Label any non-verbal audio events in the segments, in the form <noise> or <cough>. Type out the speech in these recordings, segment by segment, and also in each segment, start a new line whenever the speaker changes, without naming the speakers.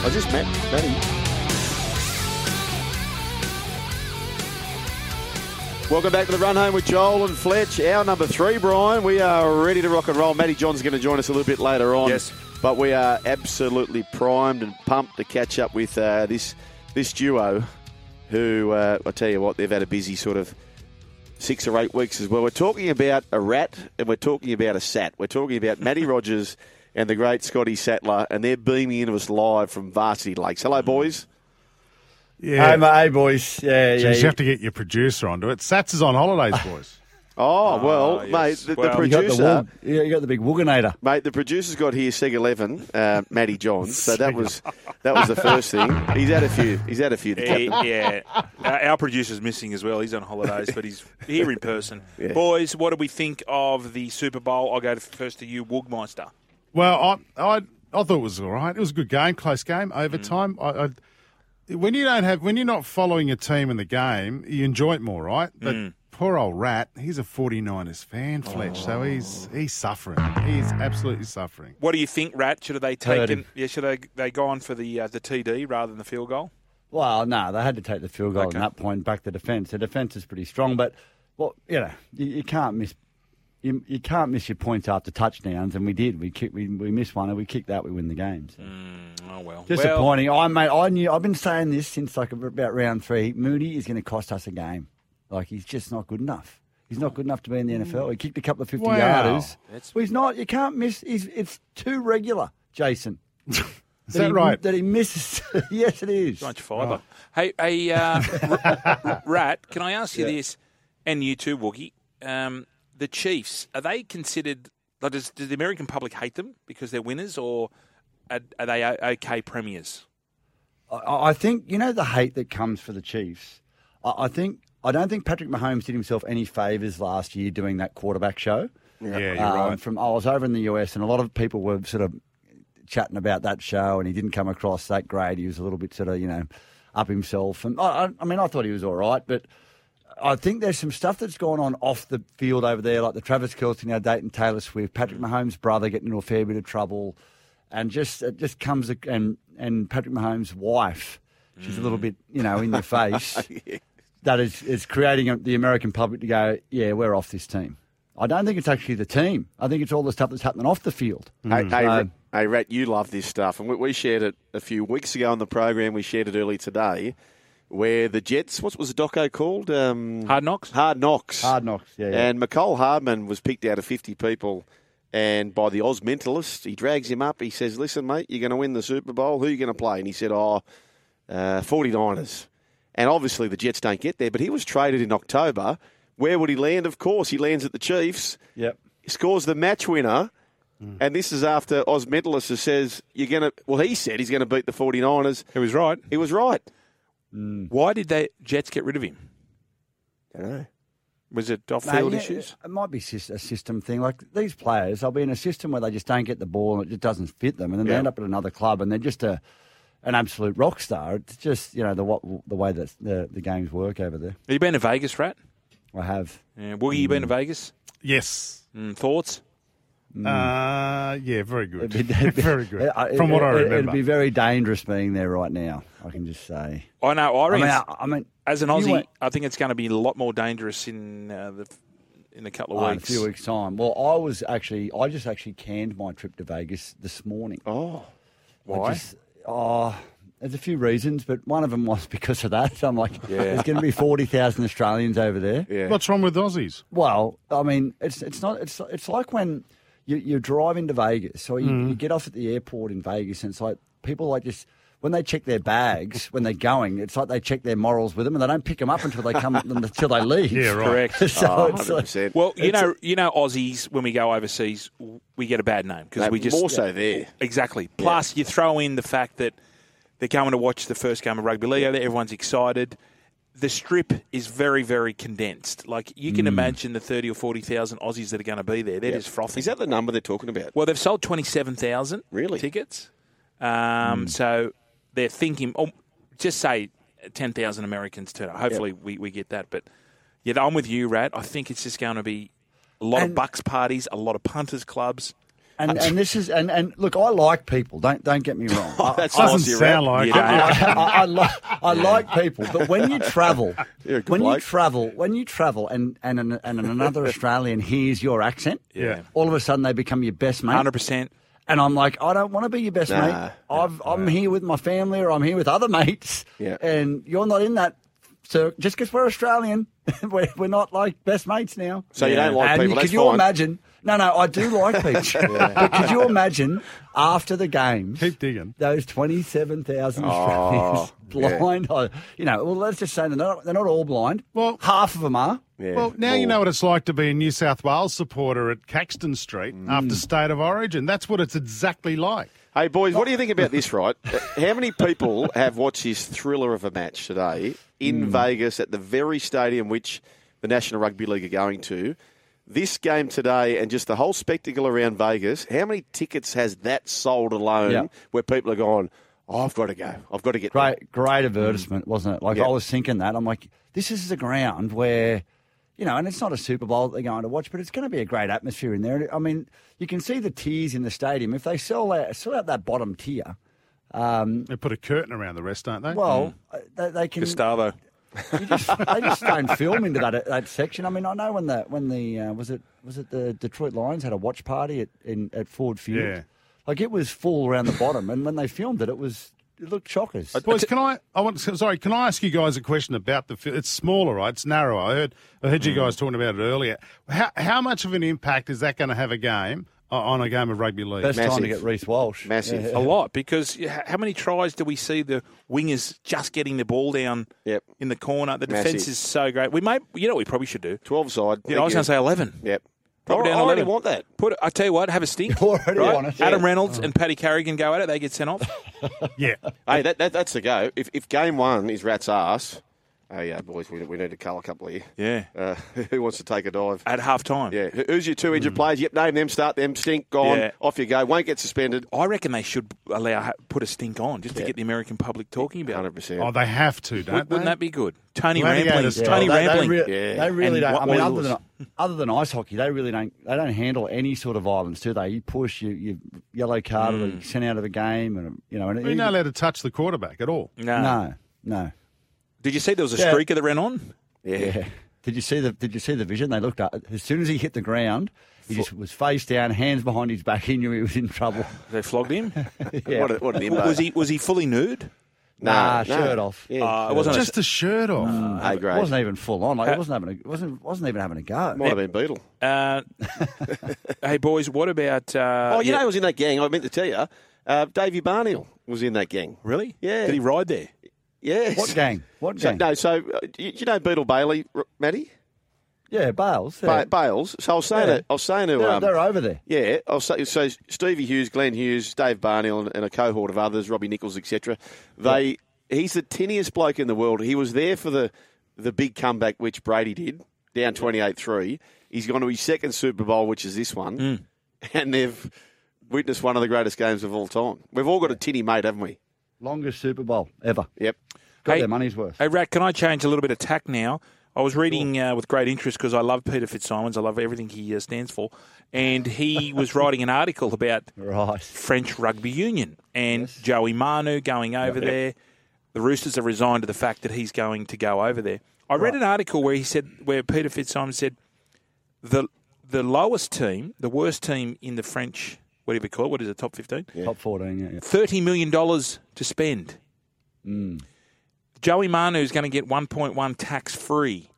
I just met Maddie. Welcome back to the run home with Joel and Fletch. Our number three, Brian. We are ready to rock and roll. Matty John's going to join us a little bit later on.
Yes.
But we are absolutely primed and pumped to catch up with uh, this this duo, who uh, I tell you what, they've had a busy sort of six or eight weeks as well. We're talking about a rat and we're talking about a sat. We're talking about Matty Rogers and the great Scotty Sattler, and they're beaming into us live from Varsity Lakes. Hello, boys.
Yeah.
Hey, mate, hey, boys. Yeah,
Jeez,
yeah.
you have to get your producer onto it. Sats is
<laughs>
on holidays, boys.
Oh, well,
yes.
mate, the,
Well,
the
You got the
producer.
wog- yeah, you got the big woganator.
Mate, the producer's got here Seg Eleven, uh, Matty Johns. So that was that was the first thing. He's had a few. He's had a few. The
He-
captain.
yeah, our, our producer's missing as well. He's on holidays, but he's here in <laughs> person. Boys, what do we think of the Super Bowl? I'll go to, first to you, Woogmeister.
Well, I, I I thought it was all right. It was a good game, close game, overtime.
Mm.
I, I when you don't have when you're not following a team in the game, you enjoy it more, right? But
Mm.
poor old Rat, he's a 49ers fan, Fletch. So
Oh.
he's he's suffering. He's absolutely suffering.
What do you think, Rat? Should have they taken?
him.
Yeah, should they they gone for the uh, the TD rather than the field goal?
Well, no, they had to take the field goal at that point, back the defence. The defence is pretty strong, but well, you know, you, you can't miss. You, you can't miss your points after touchdowns, and we did. We kick, we, we missed one, and we kicked that. We win the game. So.
Oh well, Well,
Disappointing. I mate, I knew. I've been saying this since like about round three. Moody is going to cost us a game. Like he's just not good enough. He's not good enough to be in the NFL. He kicked a couple of fifty
Wow.
yarders. Well, he's not. You can't miss. He's, it's too regular, Jason. Is
Is that right?
That he misses. <laughs> yes, it is.
bunch of fibre. Hey, hey, uh, R- R- Rat, can I ask you this? And you too, Woogie. Um, the Chiefs are they considered? Like, does, does the American public hate them because they're winners, or are, are they o- okay premiers?
I I think you know the hate that comes for the Chiefs. I, I think I don't think Patrick Mahomes did himself any favors last year doing that quarterback show.
Yeah, you're
Um,
right.
From I was over in the US, and a lot of people were sort of chatting about that show, and he didn't come across that great. He was a little bit sort of you know up himself, and I, I, I mean I thought he was all right, but I think there's some stuff that's gone on off the field over there, like the Travis Kelce now dating Taylor Swift, Patrick Mahomes' brother getting into a fair bit of trouble, and just it just comes ac- and and Patrick Mahomes' wife, she's a little
Mm.
bit you know
<laughs>
in your face. That is is creating a, the American public to go, yeah, we're off this team. I don't think it's actually the team. I think it's all the stuff that's happening off the field.
Hey, hey,
So-
Ra- hey, Rat, you love this stuff, and we, we shared it a few weeks ago on the program. We shared it early today, where the Jets. What was the doco called? Um,
Hard Knocks?
Hard knocks.
Hard knocks, yeah, yeah.
And McCole Hardman was picked out of fifty people, and by the Oz mentalist, he drags him up. He says, "Listen, mate, you're going to win the Super Bowl. Who are you going to play?" And he said, "Oh, uh, 49ers." And obviously the Jets don't get there, but he was traded in October. Where would he land? Of course, he lands at the Chiefs.
Yep.
He scores the match winner.
Mm.
And this is after Oz Mentalist says, you're going to, well, he said he's going to beat the 49ers.
He was right.
He was right.
Why did they Jets get rid of him?
I don't know.
Was it off
No,
field
yeah,
issues?
It might be sys- a system thing. Like these players, they'll be in a system where they just don't get the ball and it just doesn't fit them, and then
Yeah.
they end up at another club and they're just a an absolute rock star. It's just you know the what the way that the, the games work over there.
Have you been to Vegas, Rat?
I have.
Yeah, Woogie, you been
Hmm.
to Vegas?
Yes.
Mm, thoughts?
Uh, yeah, very good.
mm. It'd be- <laughs>
<laughs> very good.
I-
From what I
it-
remember.
it'd be very dangerous being there right now. I can just say.
I know. I
I mean,
reckon
I, I mean,
as an
you
Aussie,
went-
I think it's going to be a lot more dangerous in uh, the in a couple of
oh, in a
weeks.
few weeks time. Well, I was actually, I just actually canned my trip to Vegas this morning.
Oh.
Why?
Just, oh, there's a few reasons, but one of them was <laughs> because of that. So I'm like,
Yeah.
there's going to be 40,000 Australians over there.
Yeah.
What's wrong with Aussies?
Well, I mean, it's it's not it's it's like when you you drive into Vegas, so you, you get off at the airport in Vegas, and it's like people like just when they check their bags when they're going, it's like they check their morals with them, and they don't pick them up until they come <laughs> until they leave.
Yeah, right.
<laughs>
Correct.
So
Oh,
it's like,
100%.
Well, you know, you know, Aussies when we go overseas, w- we get a bad name because
No,
we just
more so there.
Exactly. Plus, you throw in the fact that they're going to watch the first game of rugby league. over there, Everyone's excited. The strip is very, very condensed. Like you
Hmm.
can imagine the thirty or forty thousand Aussies that are going to be there. They're just frothing.
Is that the number they're talking about?
well, they've sold twenty seven thousand
Really? Hmm.
tickets. Um, So they're thinking. Oh, just say ten thousand Americans turn up. Hopefully, we, we get that. But yeah, I'm with you, Rat. I think it's just going to be a lot of
And-
bucks parties, a lot of punters clubs.
and and this is and and look, I like people. Don't don't get me wrong. I,
<laughs> That's
Doesn't
Aussie,
sound
right?
like
You
it.
don't have-
I, I, like, I like people, but when you travel,
<laughs> You're a good
when you
bloke.
travel, when you travel, and and an, and
<laughs>
another Australian hears your accent,
Yeah.
all of a sudden they become your best mate.
Hundred percent.
And I'm like, I don't want to be your best
Nah.
mate. I've, I'm here with my family or I'm here with other mates.
Yeah.
And you're not in that. So just because we're Australian, <laughs> we're, we're not like best mates now.
So you don't like
and
people,
Could
that's
you
fine.
imagine? No, no, I do like people.
<laughs>
But could you imagine after the games?
Keep digging.
Those 27,000
Oh,
Australians
yeah.
<laughs> blind. I- You know, well, let's just say they're not, they're not all blind.
Well-
half of them are.
Yeah.
well, now you
More.
know what it's like to be a New South Wales supporter at Caxton Street after State of Origin. That's what it's exactly like.
Hey, boys, what do you think about
<laughs>
this, right? Uh, How many people have watched this thriller of a match today in
Hmm.
Vegas at the very stadium which the National Rugby League are going to? This game today and just the whole spectacle around Vegas, how many tickets has that sold alone
Yeah.
where people are going, oh, I've got to go. I've got to get there."
Great, great advertisement, wasn't it? Like
Yeah.
I was thinking that I'm like, this is a ground where, you know, and it's not a Super Bowl that they're going to watch, but it's going to be a great atmosphere in there. I mean, you can see the tears in the stadium. If they sell out, sell out that bottom tier,
They put a curtain around the rest, don't they?
well, uh, they, they can.
Gustavo.
You just, they just don't film into that that section. I mean, I know when the when the uh, was it was it the Detroit Lions had a watch party at in at Ford Field.
Yeah.
Like it was full around the bottom, and when they filmed it, it was it looked shockers.
Boys, can I? I want. Sorry, can I ask you guys a question about the? fi- It's smaller, right? It's narrower. I heard. I heard you guys talking about it earlier. How how much of an impact is that going to have a game uh, on a game of rugby league?
Best time
massive.
to get Reese Walsh.
Massive.
A lot because h- how many tries do we see the wingers just getting the ball down
Yep.
in the corner? The
Massive.
defense is so great. We might, you know, what we probably should do.
12 side.
Yeah, I was going to say eleven.
Yep. I,
Put it down
I already
11.
want that.
Put it, I tell you what, have a stink.
You're already on it.
Adam
Oh.
Reynolds and Paddy Carrigan go at it. They get
<laughs>
sent off.
<laughs> Yeah.
Hey, that, that, that's the go. If, if game one is rat's ass, oh, yeah, boys, we, we need to cull a couple of you.
Yeah. Ah.
Uh, <laughs> who wants to take a dive?
At half time.
Yeah, who- who's your two injured players? Yep, name them, start them, stink, gone,
Yeah.
off you go. Won't get suspended.
I reckon they should allow put a stink on just to
Yeah.
get the American public talking about
Hundred
it.
percent.
Oh, they have to, don't
Wouldn't
they?
that be good? Tony
Well, they go to
Rampling.
the
Yeah,
Tony
start.
they, they
Rampling.
rea-
Yeah.
they really don't.
And what
I mean, other
was-
than other than ice hockey, they really don't. They don't handle any sort of violence, do they? You push, you, you yellow card,
Mm.
or you sent out of a game, and you know. And
We're not allowed to touch the quarterback at all.
No.
no, no.
Did you see there was a
Yeah.
streaker that ran on?
Yeah. Did you see the Did you see the vision? They looked up as soon as he hit the ground. He just was face down, hands behind his back. He knew he was
<laughs>
in trouble.
They flogged
<laughs>
him.
Yeah.
What, a, what an imbo.
<laughs> was he was he fully nude?
Nah, Ah, shirt off.
Yeah,
Uh, it
shirt
wasn't
Just the shirt off. <laughs>
off. Hey,
It
Oh, great. Uh,
wasn't even full on. Like it wasn't having a, wasn't wasn't even having a go.
Might have been Beetle.
Uh, <laughs> hey boys, what about? Uh,
oh, you know
yeah-
who was in that gang? I meant to tell you. Uh, Davey Barnhill was in that gang.
really?
Yeah.
Did he ride there?
Yes. <laughs>
What gang? What
So,
gang?
no, so uh, you, you know Beetle Bailey, R- Matty
Yeah, Bales.
ba-
Yeah.
Bales. So I was saying
Yeah.
to, I was saying to,
they're,
um,
they're over there.
yeah, I was say, so Stevie Hughes, Glenn Hughes, Dave Barnhill, and, and a cohort of others, Robbie Nichols, etc. They, he's the tiniest bloke in the world. He was there for the the big comeback which Brady did down twenty eight three. He's gone to his second Super Bowl, which is this one,
Mm.
and they've witnessed one of the greatest games of all time. We've all got a tinny mate, haven't we?
Longest Super Bowl ever.
Yep.
Got
Hey-
their money's worth.
Hey, Rat, can I change a little bit of tack now? I was reading uh, with great interest because I love Peter Fitzsimons. I love everything he uh, stands for. And he was writing an article about
Right.
French Rugby Union and Joey Manu going over there. The Roosters are resigned to the fact that he's going to go over there. I read an article where he said, where Peter Fitzsimons said, the the lowest team, the worst team in the French whatever you call it, what is it, top 15?
Top 14, yeah. yeah.
$30 million to spend. Joey Manu is going to get 1.1 tax free.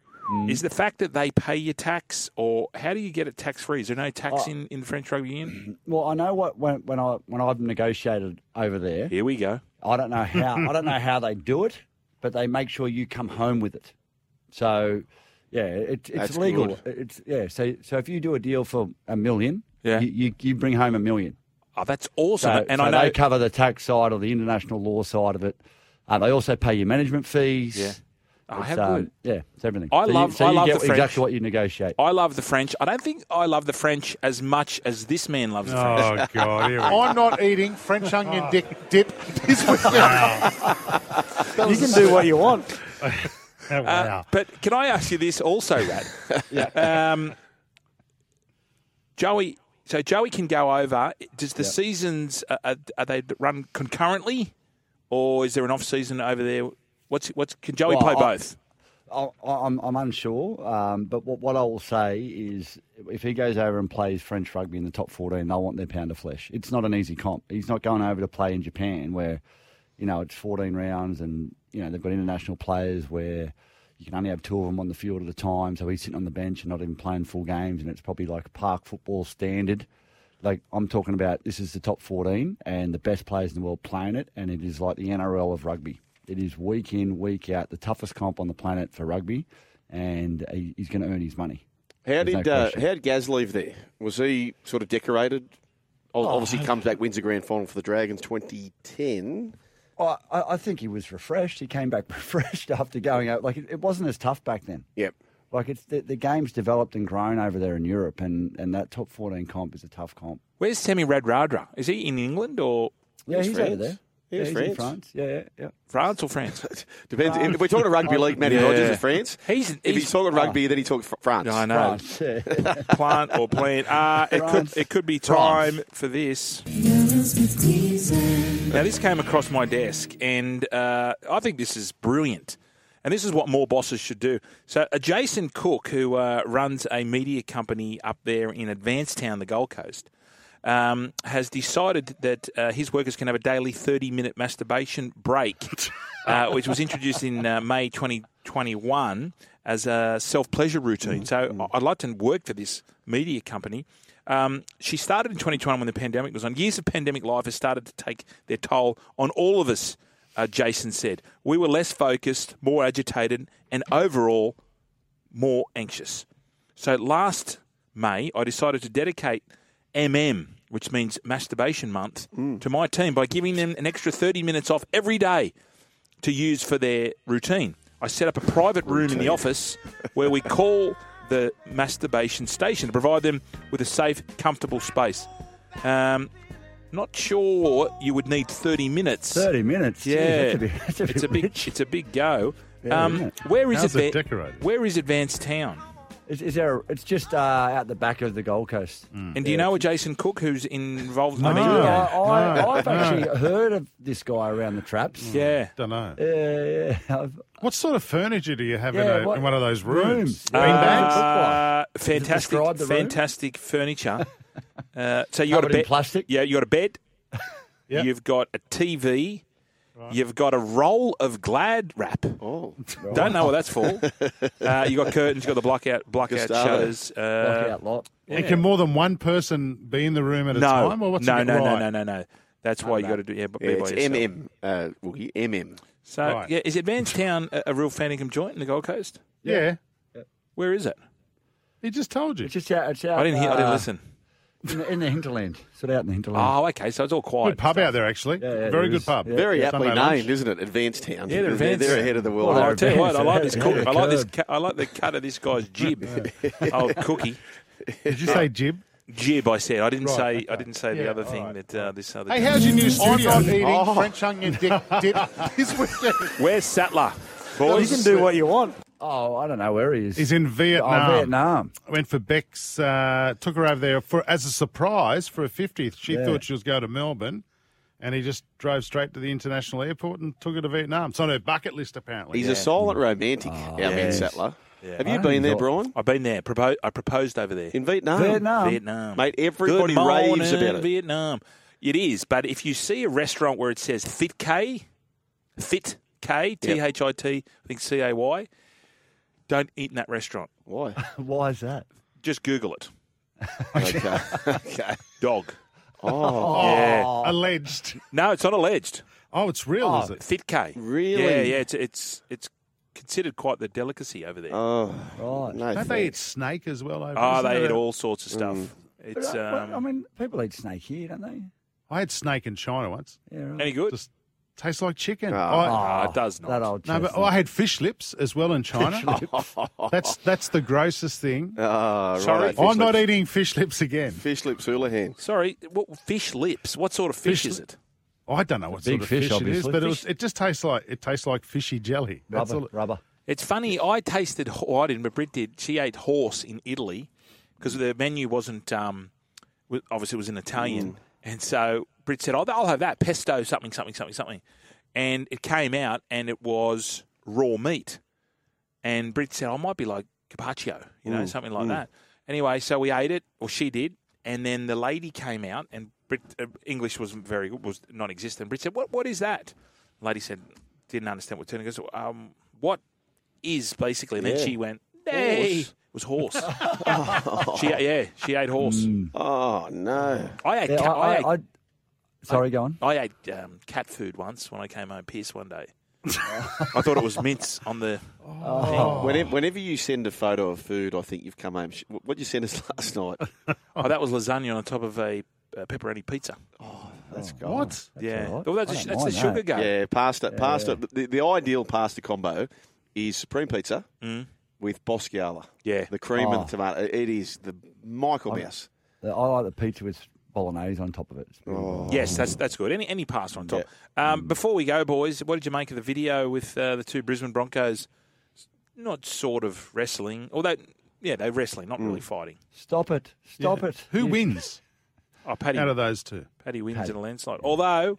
Is the fact that they pay your tax, or how do you get it tax free? Is there no tax in, in French rugby union?
Well, I know what when, when I when I've negotiated over there,
Here we go.
I don't know how I don't know how they do it, but they make sure you come home with it. So, yeah, it, it's
That's
legal.
good.
It's yeah. So so if you do a deal for a million,
Yeah.
you, you, you bring home a million.
Oh, that's awesome.
So,
and
so
I know
they cover the tax side or the international law side of it. Uh, they also pay your management fees.
Yeah. Oh,
It's,
how
um,
good.
yeah, it's everything.
I
So you-
love-
so
I
you
love
get
the French.
exactly what you negotiate.
I love the French. I don't think I love the French as much as this man loves the French.
Oh, God. Here we go.
I'm not eating French onion
<laughs>
dick dip this weekend.
You can do what you want.
Uh,
wow.
But can I ask you this also, Rad?
<laughs>
yeah. Um, Joey, so Joey can go over. Does the seasons uh, are, are they run concurrently, or is there an off season over there? What's what's can Joey
Well,
play
I-
both?
I, I'm, I'm unsure, um, but what, what I will say is if he goes over and plays French rugby in the top 14, they'll want their pound of flesh. It's not an easy comp. He's not going over to play in Japan where, you know, it's 14 rounds and, you know, they've got international players where you can only have two of them on the field at a time. So he's sitting on the bench and not even playing full games. And it's probably like park football standard. Like I'm talking about, this is the top 14 and the best players in the world playing it. And it is like the NRL of rugby. It is week in, week out, the toughest comp on the planet for rugby, and he- he's going to earn his money.
How
There's no
did uh,
question.
how did Gaz leave there? Was he sort of decorated?
Oh,
Ob- Obviously, comes back, wins the grand final for the Dragons 2010.
I, I I think he was refreshed. He came back <laughs> refreshed after going out. Like it, it wasn't as tough back then.
Yep.
Like it's the, the game's developed and grown over there in Europe, and, and that top fourteen comp is a tough comp.
Where's Sammy Radradra? Is he in England or
Yeah,
was
he's over
France.
there.
He
yeah,
was
he's in
France.
France. Yeah, yeah, yeah.
France
<laughs>
or France?
Depends. if we're talking rugby league, Matty
Yeah.
Hodges is France.
He's-
if
he's-
he's talking rugby, then he talks fr- France.
I know. <laughs>
France. Yeah.
Plant or plant. Uh, it
France.
could it could be time
France.
for this. Now this came across my desk, and uh, I think this is brilliant. And this is what more bosses should do. So, uh, Jason Cook, who uh, runs a media company up there in Advancetown, the Gold Coast, um, has decided that uh, his workers can have a daily 30 minute masturbation break, uh, which was introduced in uh, May 2021 as a self pleasure routine. So I- I'd like to work for this media company. Um, she started in 2021 when the pandemic was on. Years of pandemic life has started to take their toll on all of us, uh, Jason said. We were less focused, more agitated, and overall more anxious. So last May, I decided to dedicate MM, which means masturbation month, to my team by giving them an extra 30 minutes off every day to use for their routine. I set up a private room in the office where we call the masturbation station to provide them with a safe, comfortable space. Um, not sure you would need 30 minutes.
Thirty minutes. Gee, that's
Yeah,
a <laughs> bit, that's a bit
it's a big,
rich.
it's a big go.
Yeah,
um,
isn't it?
where is
How's it
Adva-
decorated?
Where is Advanced Town?
Is, is there? A, it's just uh, out the back of the Gold Coast.
And do you know a Jason Cook who's involved?
No.
I mean,
I,
Yeah.
I,
No,
I've
no.
actually heard of this guy around the traps.
yeah.
Don't know.
Yeah, <laughs> yeah. I've,
What sort of furniture do you have
Yeah,
in, a,
what-
in one of those rooms?
rooms.
Bean
Uh,
bags?
Uh,
Does it
fantastic,
describe the room?
fantastic
<laughs>
furniture. Uh, so you got a
Covered in
bed,
plastic?
Yeah, you got
<laughs>
a bed.
Yep.
You've got a TV. You've got a roll of Glad wrap.
Oh,
Don't know what that's for.
<laughs>
uh, you got curtains. You got the blockout blackout
Gustavo.
shutters.
Block
Uh,
out lot.
And can more than one person be in the room at a
no,
time? Or what's
no,
it
no, no,
right?
no, no, no. That's why you got to do. Yeah, but
yeah,
be by
it's
yourself.
MM. Uh, Woogie, MM.
So
Right.
yeah, is Advanced Town a, a real Fanningham joint in the Gold Coast?
Yeah.
Where is it?
He just told you.
It's just out. It's out.
I didn't hear. I
uh,
didn't listen.
In the, in the hinterland, sort of out in the hinterland.
Oh, okay. So it's all quiet.
Good pub out there, actually.
yeah,
Very
it
good
is.
pub.
Yeah.
Very
Yeah,
aptly
Sunday
named,
lunch.
isn't it? Advanced Town.
Yeah, they're
they're,
advanced.
ahead of the
Well,
world.
I tell you what, I like this.
Yeah,
Cook, I like this.
curb.
cu- I like the cut of this guy's jib. Oh, cookie
Did you say jib?
jib. I said. I didn't
Right,
say. I
okay.
didn't say the
Yeah,
other
all
thing
right.
that uh, this other.
Hey,
guy-
how's <laughs> your new
I'm
studio?
not eating
Oh.
French onion
<laughs>
dick dip this weekend.
Where's Sattler?
you can do what you want. Oh, I don't know where he is.
He's in Vietnam.
Oh, Vietnam.
Went for Beck's, uh, took her over there for as a surprise for a 50th. She
Yeah.
thought she was going to Melbourne, and he just drove straight to the international airport and took her to Vietnam. It's on her bucket list, apparently.
Ah,
He's a silent romantic, our man
yes.
Sattler. Have you been there, Brian?
I've been there. Propo- I proposed over there.
In Vietnam.
Vietnam.
Oh. Vietnam.
Mate, everybody
Good morning,
raves about it.
Vietnam. It is, but if you see a restaurant where it says Fit K, Fit K, T H I T, I think C A Y, don't eat in that restaurant.
Why?
Why is that?
Just Google it.
Okay. okay.
Dog.
Oh,
Yeah.
Alleged.
No, it's not alleged.
Oh, it's real, is it?
Fit K.
Really?
Yeah, yeah. It's it's it's considered quite the delicacy over there.
oh
Right.
no.
Don't they eat
thanks.
snake as well? Over
oh,
isn't
they
it
eat
a-
all sorts
Mm.
of stuff. It's um,
uh, Well, I mean, people eat snake here, don't they?
I had snake in China once.
Yeah, right.
any good?
Just tastes like chicken.
Oh.
I,
Ah, it does not.
That old
no, but
chestnut.
I had fish lips as well in China. that's that's the grossest thing.
Oh, right.
Sorry.
Fish
I'm not
lips.
eating fish lips again.
Fish lips Houlihan.
Sorry, what fish lips? What sort of fish,
Fish
is
li-
it?
I don't know what
Big
sort of
fish,
fish, it is,
obviously.
but it,
Fish-
was, it just tastes like it tastes like fishy jelly. That's
rubber,
all.
rubber.
It's funny. I tasted. ho- I didn't, but Brit did. She ate horse in Italy because the menu wasn't. Um, wa- obviously, it was in Italian, and so Brit said, "I'll, I'll have that pesto, something, something, something, something," and it came out, and it was raw meat, and Brit said, "I might be like carpaccio, you know, something like that." Anyway, so we ate it, or she did, and then the lady came out, and Brit, uh, English wasn't very good, was non-existent. Brit said, "What? What is that?" lady said, "Didn't understand what turning." Goes, um, what is basically. And
Yeah.
then she went, hey, it
<laughs>
was horse. <laughs> she, yeah, she ate horse.
Oh no.
I
Mm.
ate,
Yeah,
cat, I,
I,
ate,
I, I, sorry, go on.
I ate um, cat food once when I came home pissed
<laughs>
one day. I thought it was mince on the.
Whenever, whenever you send a photo of food, I think you've come home. sh- What did you send us <laughs> last night?
Oh, that was lasagna on top of a, uh pepperoni pizza.
That's gold.
What?
yeah,
all right.
well, that's,
I
a,
don't
that's the
mind
sugar
that.
go.
Yeah, pasta. pasta. The, the ideal pasta combo is supreme pizza with Bosciola.
Mm. Yeah.
the cream
Oh.
and tomato. It is the Michael Mouse.
The- I like the pizza with bolognese on top of it. It's pretty good.
Yes, that's that's good. Any any pasta on top.
Mm.
Um, before we go, boys, what did you make of the video with uh, the two Brisbane Broncos? Not sort of wrestling, although yeah, they're wrestling, not
Mm.
really fighting.
Stop it. Stop it.
Who
You- <laughs>
wins
Oh, Paddy
out of those two?
Paddy wins in a landslide. Although,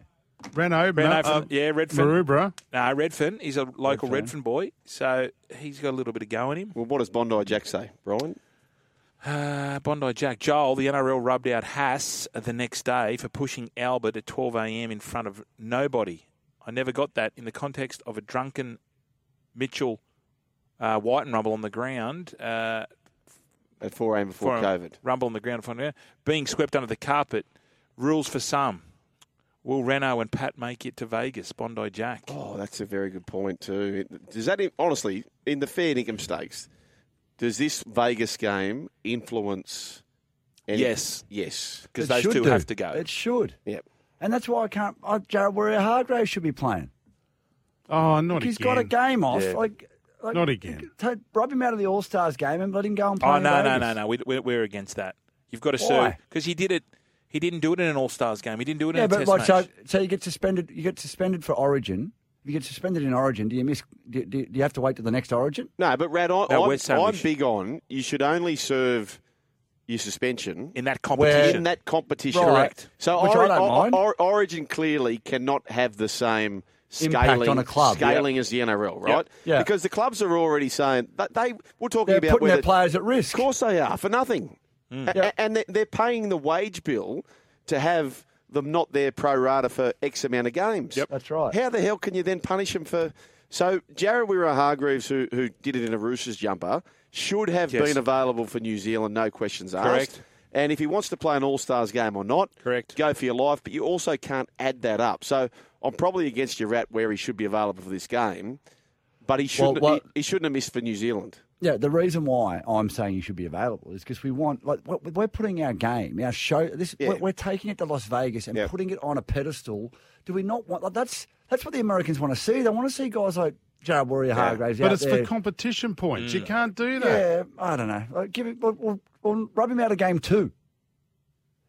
Renault, Ma-
Renault from-
uh,
yeah, Redfern.
Maroubra.
no, Redfern, he's a local
Redfern.
Redfern, boy, so he's got a little bit of go in him.
Well, what does Bondi Jack say, Brian?
Uh, Bondi Jack. Joel, the NRL rubbed out Haas the next day for pushing Albert at 12 a.m. in front of nobody. I never got that in the context of a drunken Mitchell uh, White and Rumble on the ground. Uh,
At 4 a.m. before
for a
COVID.
Rumble on the ground. For, being swept under the carpet. Rules for some. Will Renault and Pat make it to Vegas? Bondi Jack.
Oh, that's a very good point too. It- Does that honestly, in the fair income stakes, does this Vegas game influence? any-
Yes.
yes,
because
It
those
should
two
do.
have to go.
It should.
yep.
And that's why I can't. I, Jared Warrior Hargrave should be playing.
Oh, not
He's
again.
got a game off. Like, like,
Not again.
take- rub him out of the All Stars game and let him go and play.
oh
in
no, no,
Vegas.
no, no. We, we're, we're against that. You've got to sue
Why?
because he did it. He didn't do it in an All Stars game. He didn't do it
Yeah,
in a
but
Test
like
match.
so, so you get suspended. You get suspended for Origin. If you get suspended in Origin, do you miss? Do, do, do you have to wait till the next Origin?
No, but Rad, I,
No,
I'm,
we're saying we
I'm
should-
big on you should only serve your suspension
in that
in
competition.
that competition.
Right. Correct.
So
Which I
Ori-
don't
O-
mind.
O- Origin clearly cannot have the same
Impact
scaling
on a club.
scaling as the NRL, right?
Yeah.
Because the clubs are already saying that they we're talking
They're
about
putting
whether,
their players at
Of
risk.
course they are for nothing,
Hmm.
A- a- and they- they're paying the wage bill to have them not there pro rata for X amount of games. Yep,
That's right.
How the hell can you then punish them for? So Jared Wira Hargreaves, who who did it in a Roosters jumper, should have
Yes.
been available for New Zealand, no questions asked.
Correct.
And if he wants to play an All Stars game or not,
Correct.
Go for your life, but you also can't add that up. So I'm probably against your rat where he should be available for this game, but he shouldn't.
what-
he, he shouldn't have missed for New Zealand.
Yeah, the reason why I'm saying you should be available is because we want like we're- we're putting our game, our show. This
Yeah.
we're, we're taking it to Las Vegas and
Yep.
putting it on a pedestal. Do we not want? Like, that's that's what the Americans want to see. They want to see guys like Jared Warrior Hargraves out
But it's
there.
for competition points. You
Mm.
can't do that.
yeah, I don't know. Like, give it, we'll, we'll, we'll rub him out of game two.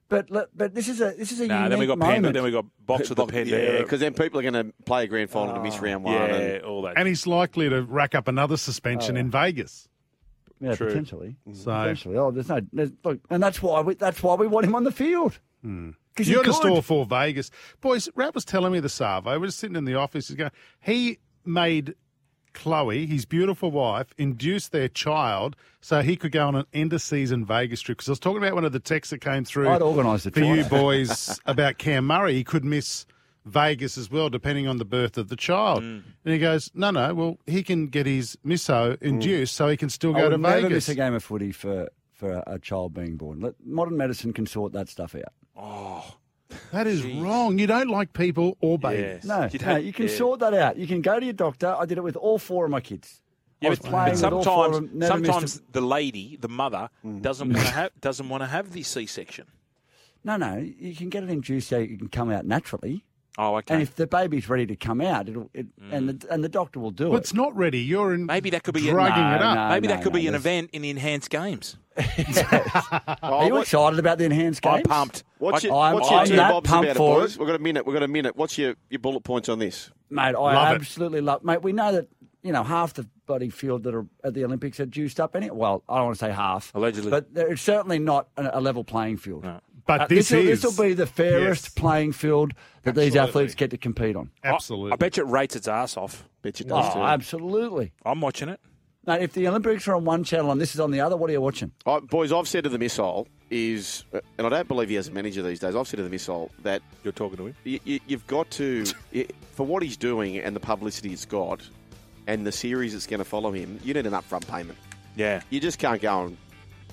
But let- but this is a this is a
nah,
unique
then we got
moment.
Panda, then we got Box with the Panda.
Yeah, because then people are going to play a grand final to miss round one.
yeah,
and-
all that.
And he's likely to rack up another
Oh,
suspension in Vegas.
yeah,
True.
potentially.
So-
potentially. Oh, there's no there's, look, and that's why we that's why we want him on the field. Because
You're just all for Vegas. Boys, Rat was telling me the Savo. We're just sitting in the office. He's going, he made Chloe, his beautiful wife, induced their child so he could go on an end of season Vegas trip. Because I was talking about one of the texts that came through
I'd organised it
for
for
you
her. <laughs>
boys about Cam Murray. He could miss Vegas as well, depending on the birth of the child.
Mm.
And he goes, No, no, well, he can get his misso induced so he can still
I
go
would
to
never
Vegas.
miss a game of footy for, for a, a child being born. Let, modern medicine can sort that stuff out.
That is wrong. You don't like people or babies.
Yes.
No,
You'd
no,
have-
you can
yeah.
sort that out. You can go to your doctor. I did it with all four of my kids. I
Yeah,
was
but,
playing
but
with all four of
sometimes,
them, never missed a-
sometimes the lady, the mother,
Mm.
doesn't want to have doesn't want to have the C-section.
No, no, you can get it induced so it can come out naturally.
Oh,
And
okay.
if the baby's ready to come out, it'll it, and the and the doctor will do
But
it.
it's not ready. You're in
Maybe that could be a-
dragging
No,
it up.
no.
Maybe that could
no,
be an
there's-
event in enhanced games.
Are
Oh,
you
what-
excited about the enhanced games?
I'm pumped.
What's your,
I'm-
what's your
I'm
two
that
bobs
pumped
about it,
for
boys?
it.
We've got a minute. We've got a minute. What's your, your bullet points on this?
mate. I
Love it.
absolutely love, mate. We know that you know half the bloody field that are at the Olympics are juiced up. Any well, I don't want to say half,
Allegedly.
but there- it's certainly not a, a level playing field.
But
Uh,
this
this'll-
is-
this'll be the fairest
Yes.
playing field that these athletes get to compete on.
Absolutely.
I, I bet you it rates its ass off.
Bet you does
Oh,
too.
absolutely.
I'm watching it.
Now, if the Olympics are on one channel and this is on the other, what are you watching?
I, boys, I've said to the missile is, uh, and I don't believe he has a manager these days. I've said to the missile that
You're talking to him.
you, you, you've got to, y for what he's doing and the publicity it's got, and the series that's going to follow him, you need an upfront payment.
Yeah,
You just can't go and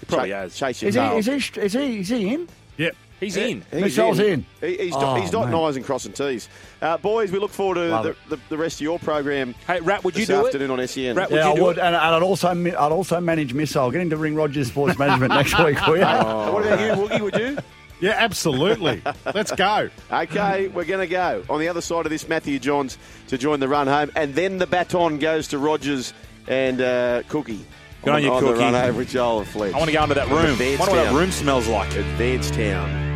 he probably
cha-
has.
chase your
Is he,
tail.
is, he, st- is, he, is he in?
Yep.
He's in.
He's
Michelle's in.
He, he's
Oh,
he's dotting
mate.
I's and crossing T's. Uh, boys, we look forward
Love
to
it.
the, the, the rest of your program
Hey, Rat, would you
this
do it?
afternoon on E SEN.
Rat,
yeah,
you
I
do
would,
it?
and, and I'd also mi- I'd also manage missile. Get him to ring Rogers Sports Management next week, will you?
What about you, Woogie? Would you?
Yeah, absolutely. Let's go.
Okay, we're going to go. On the other side of this, Matthew Johns to join the run home, and then the baton goes to Rogers and uh, Cookie.
Good on you,
the
Cookie.
run over with Joel and Fletch.
I want to go into that room.
Advanced
I wonder what that
town.
room smells like.
Advanced Town.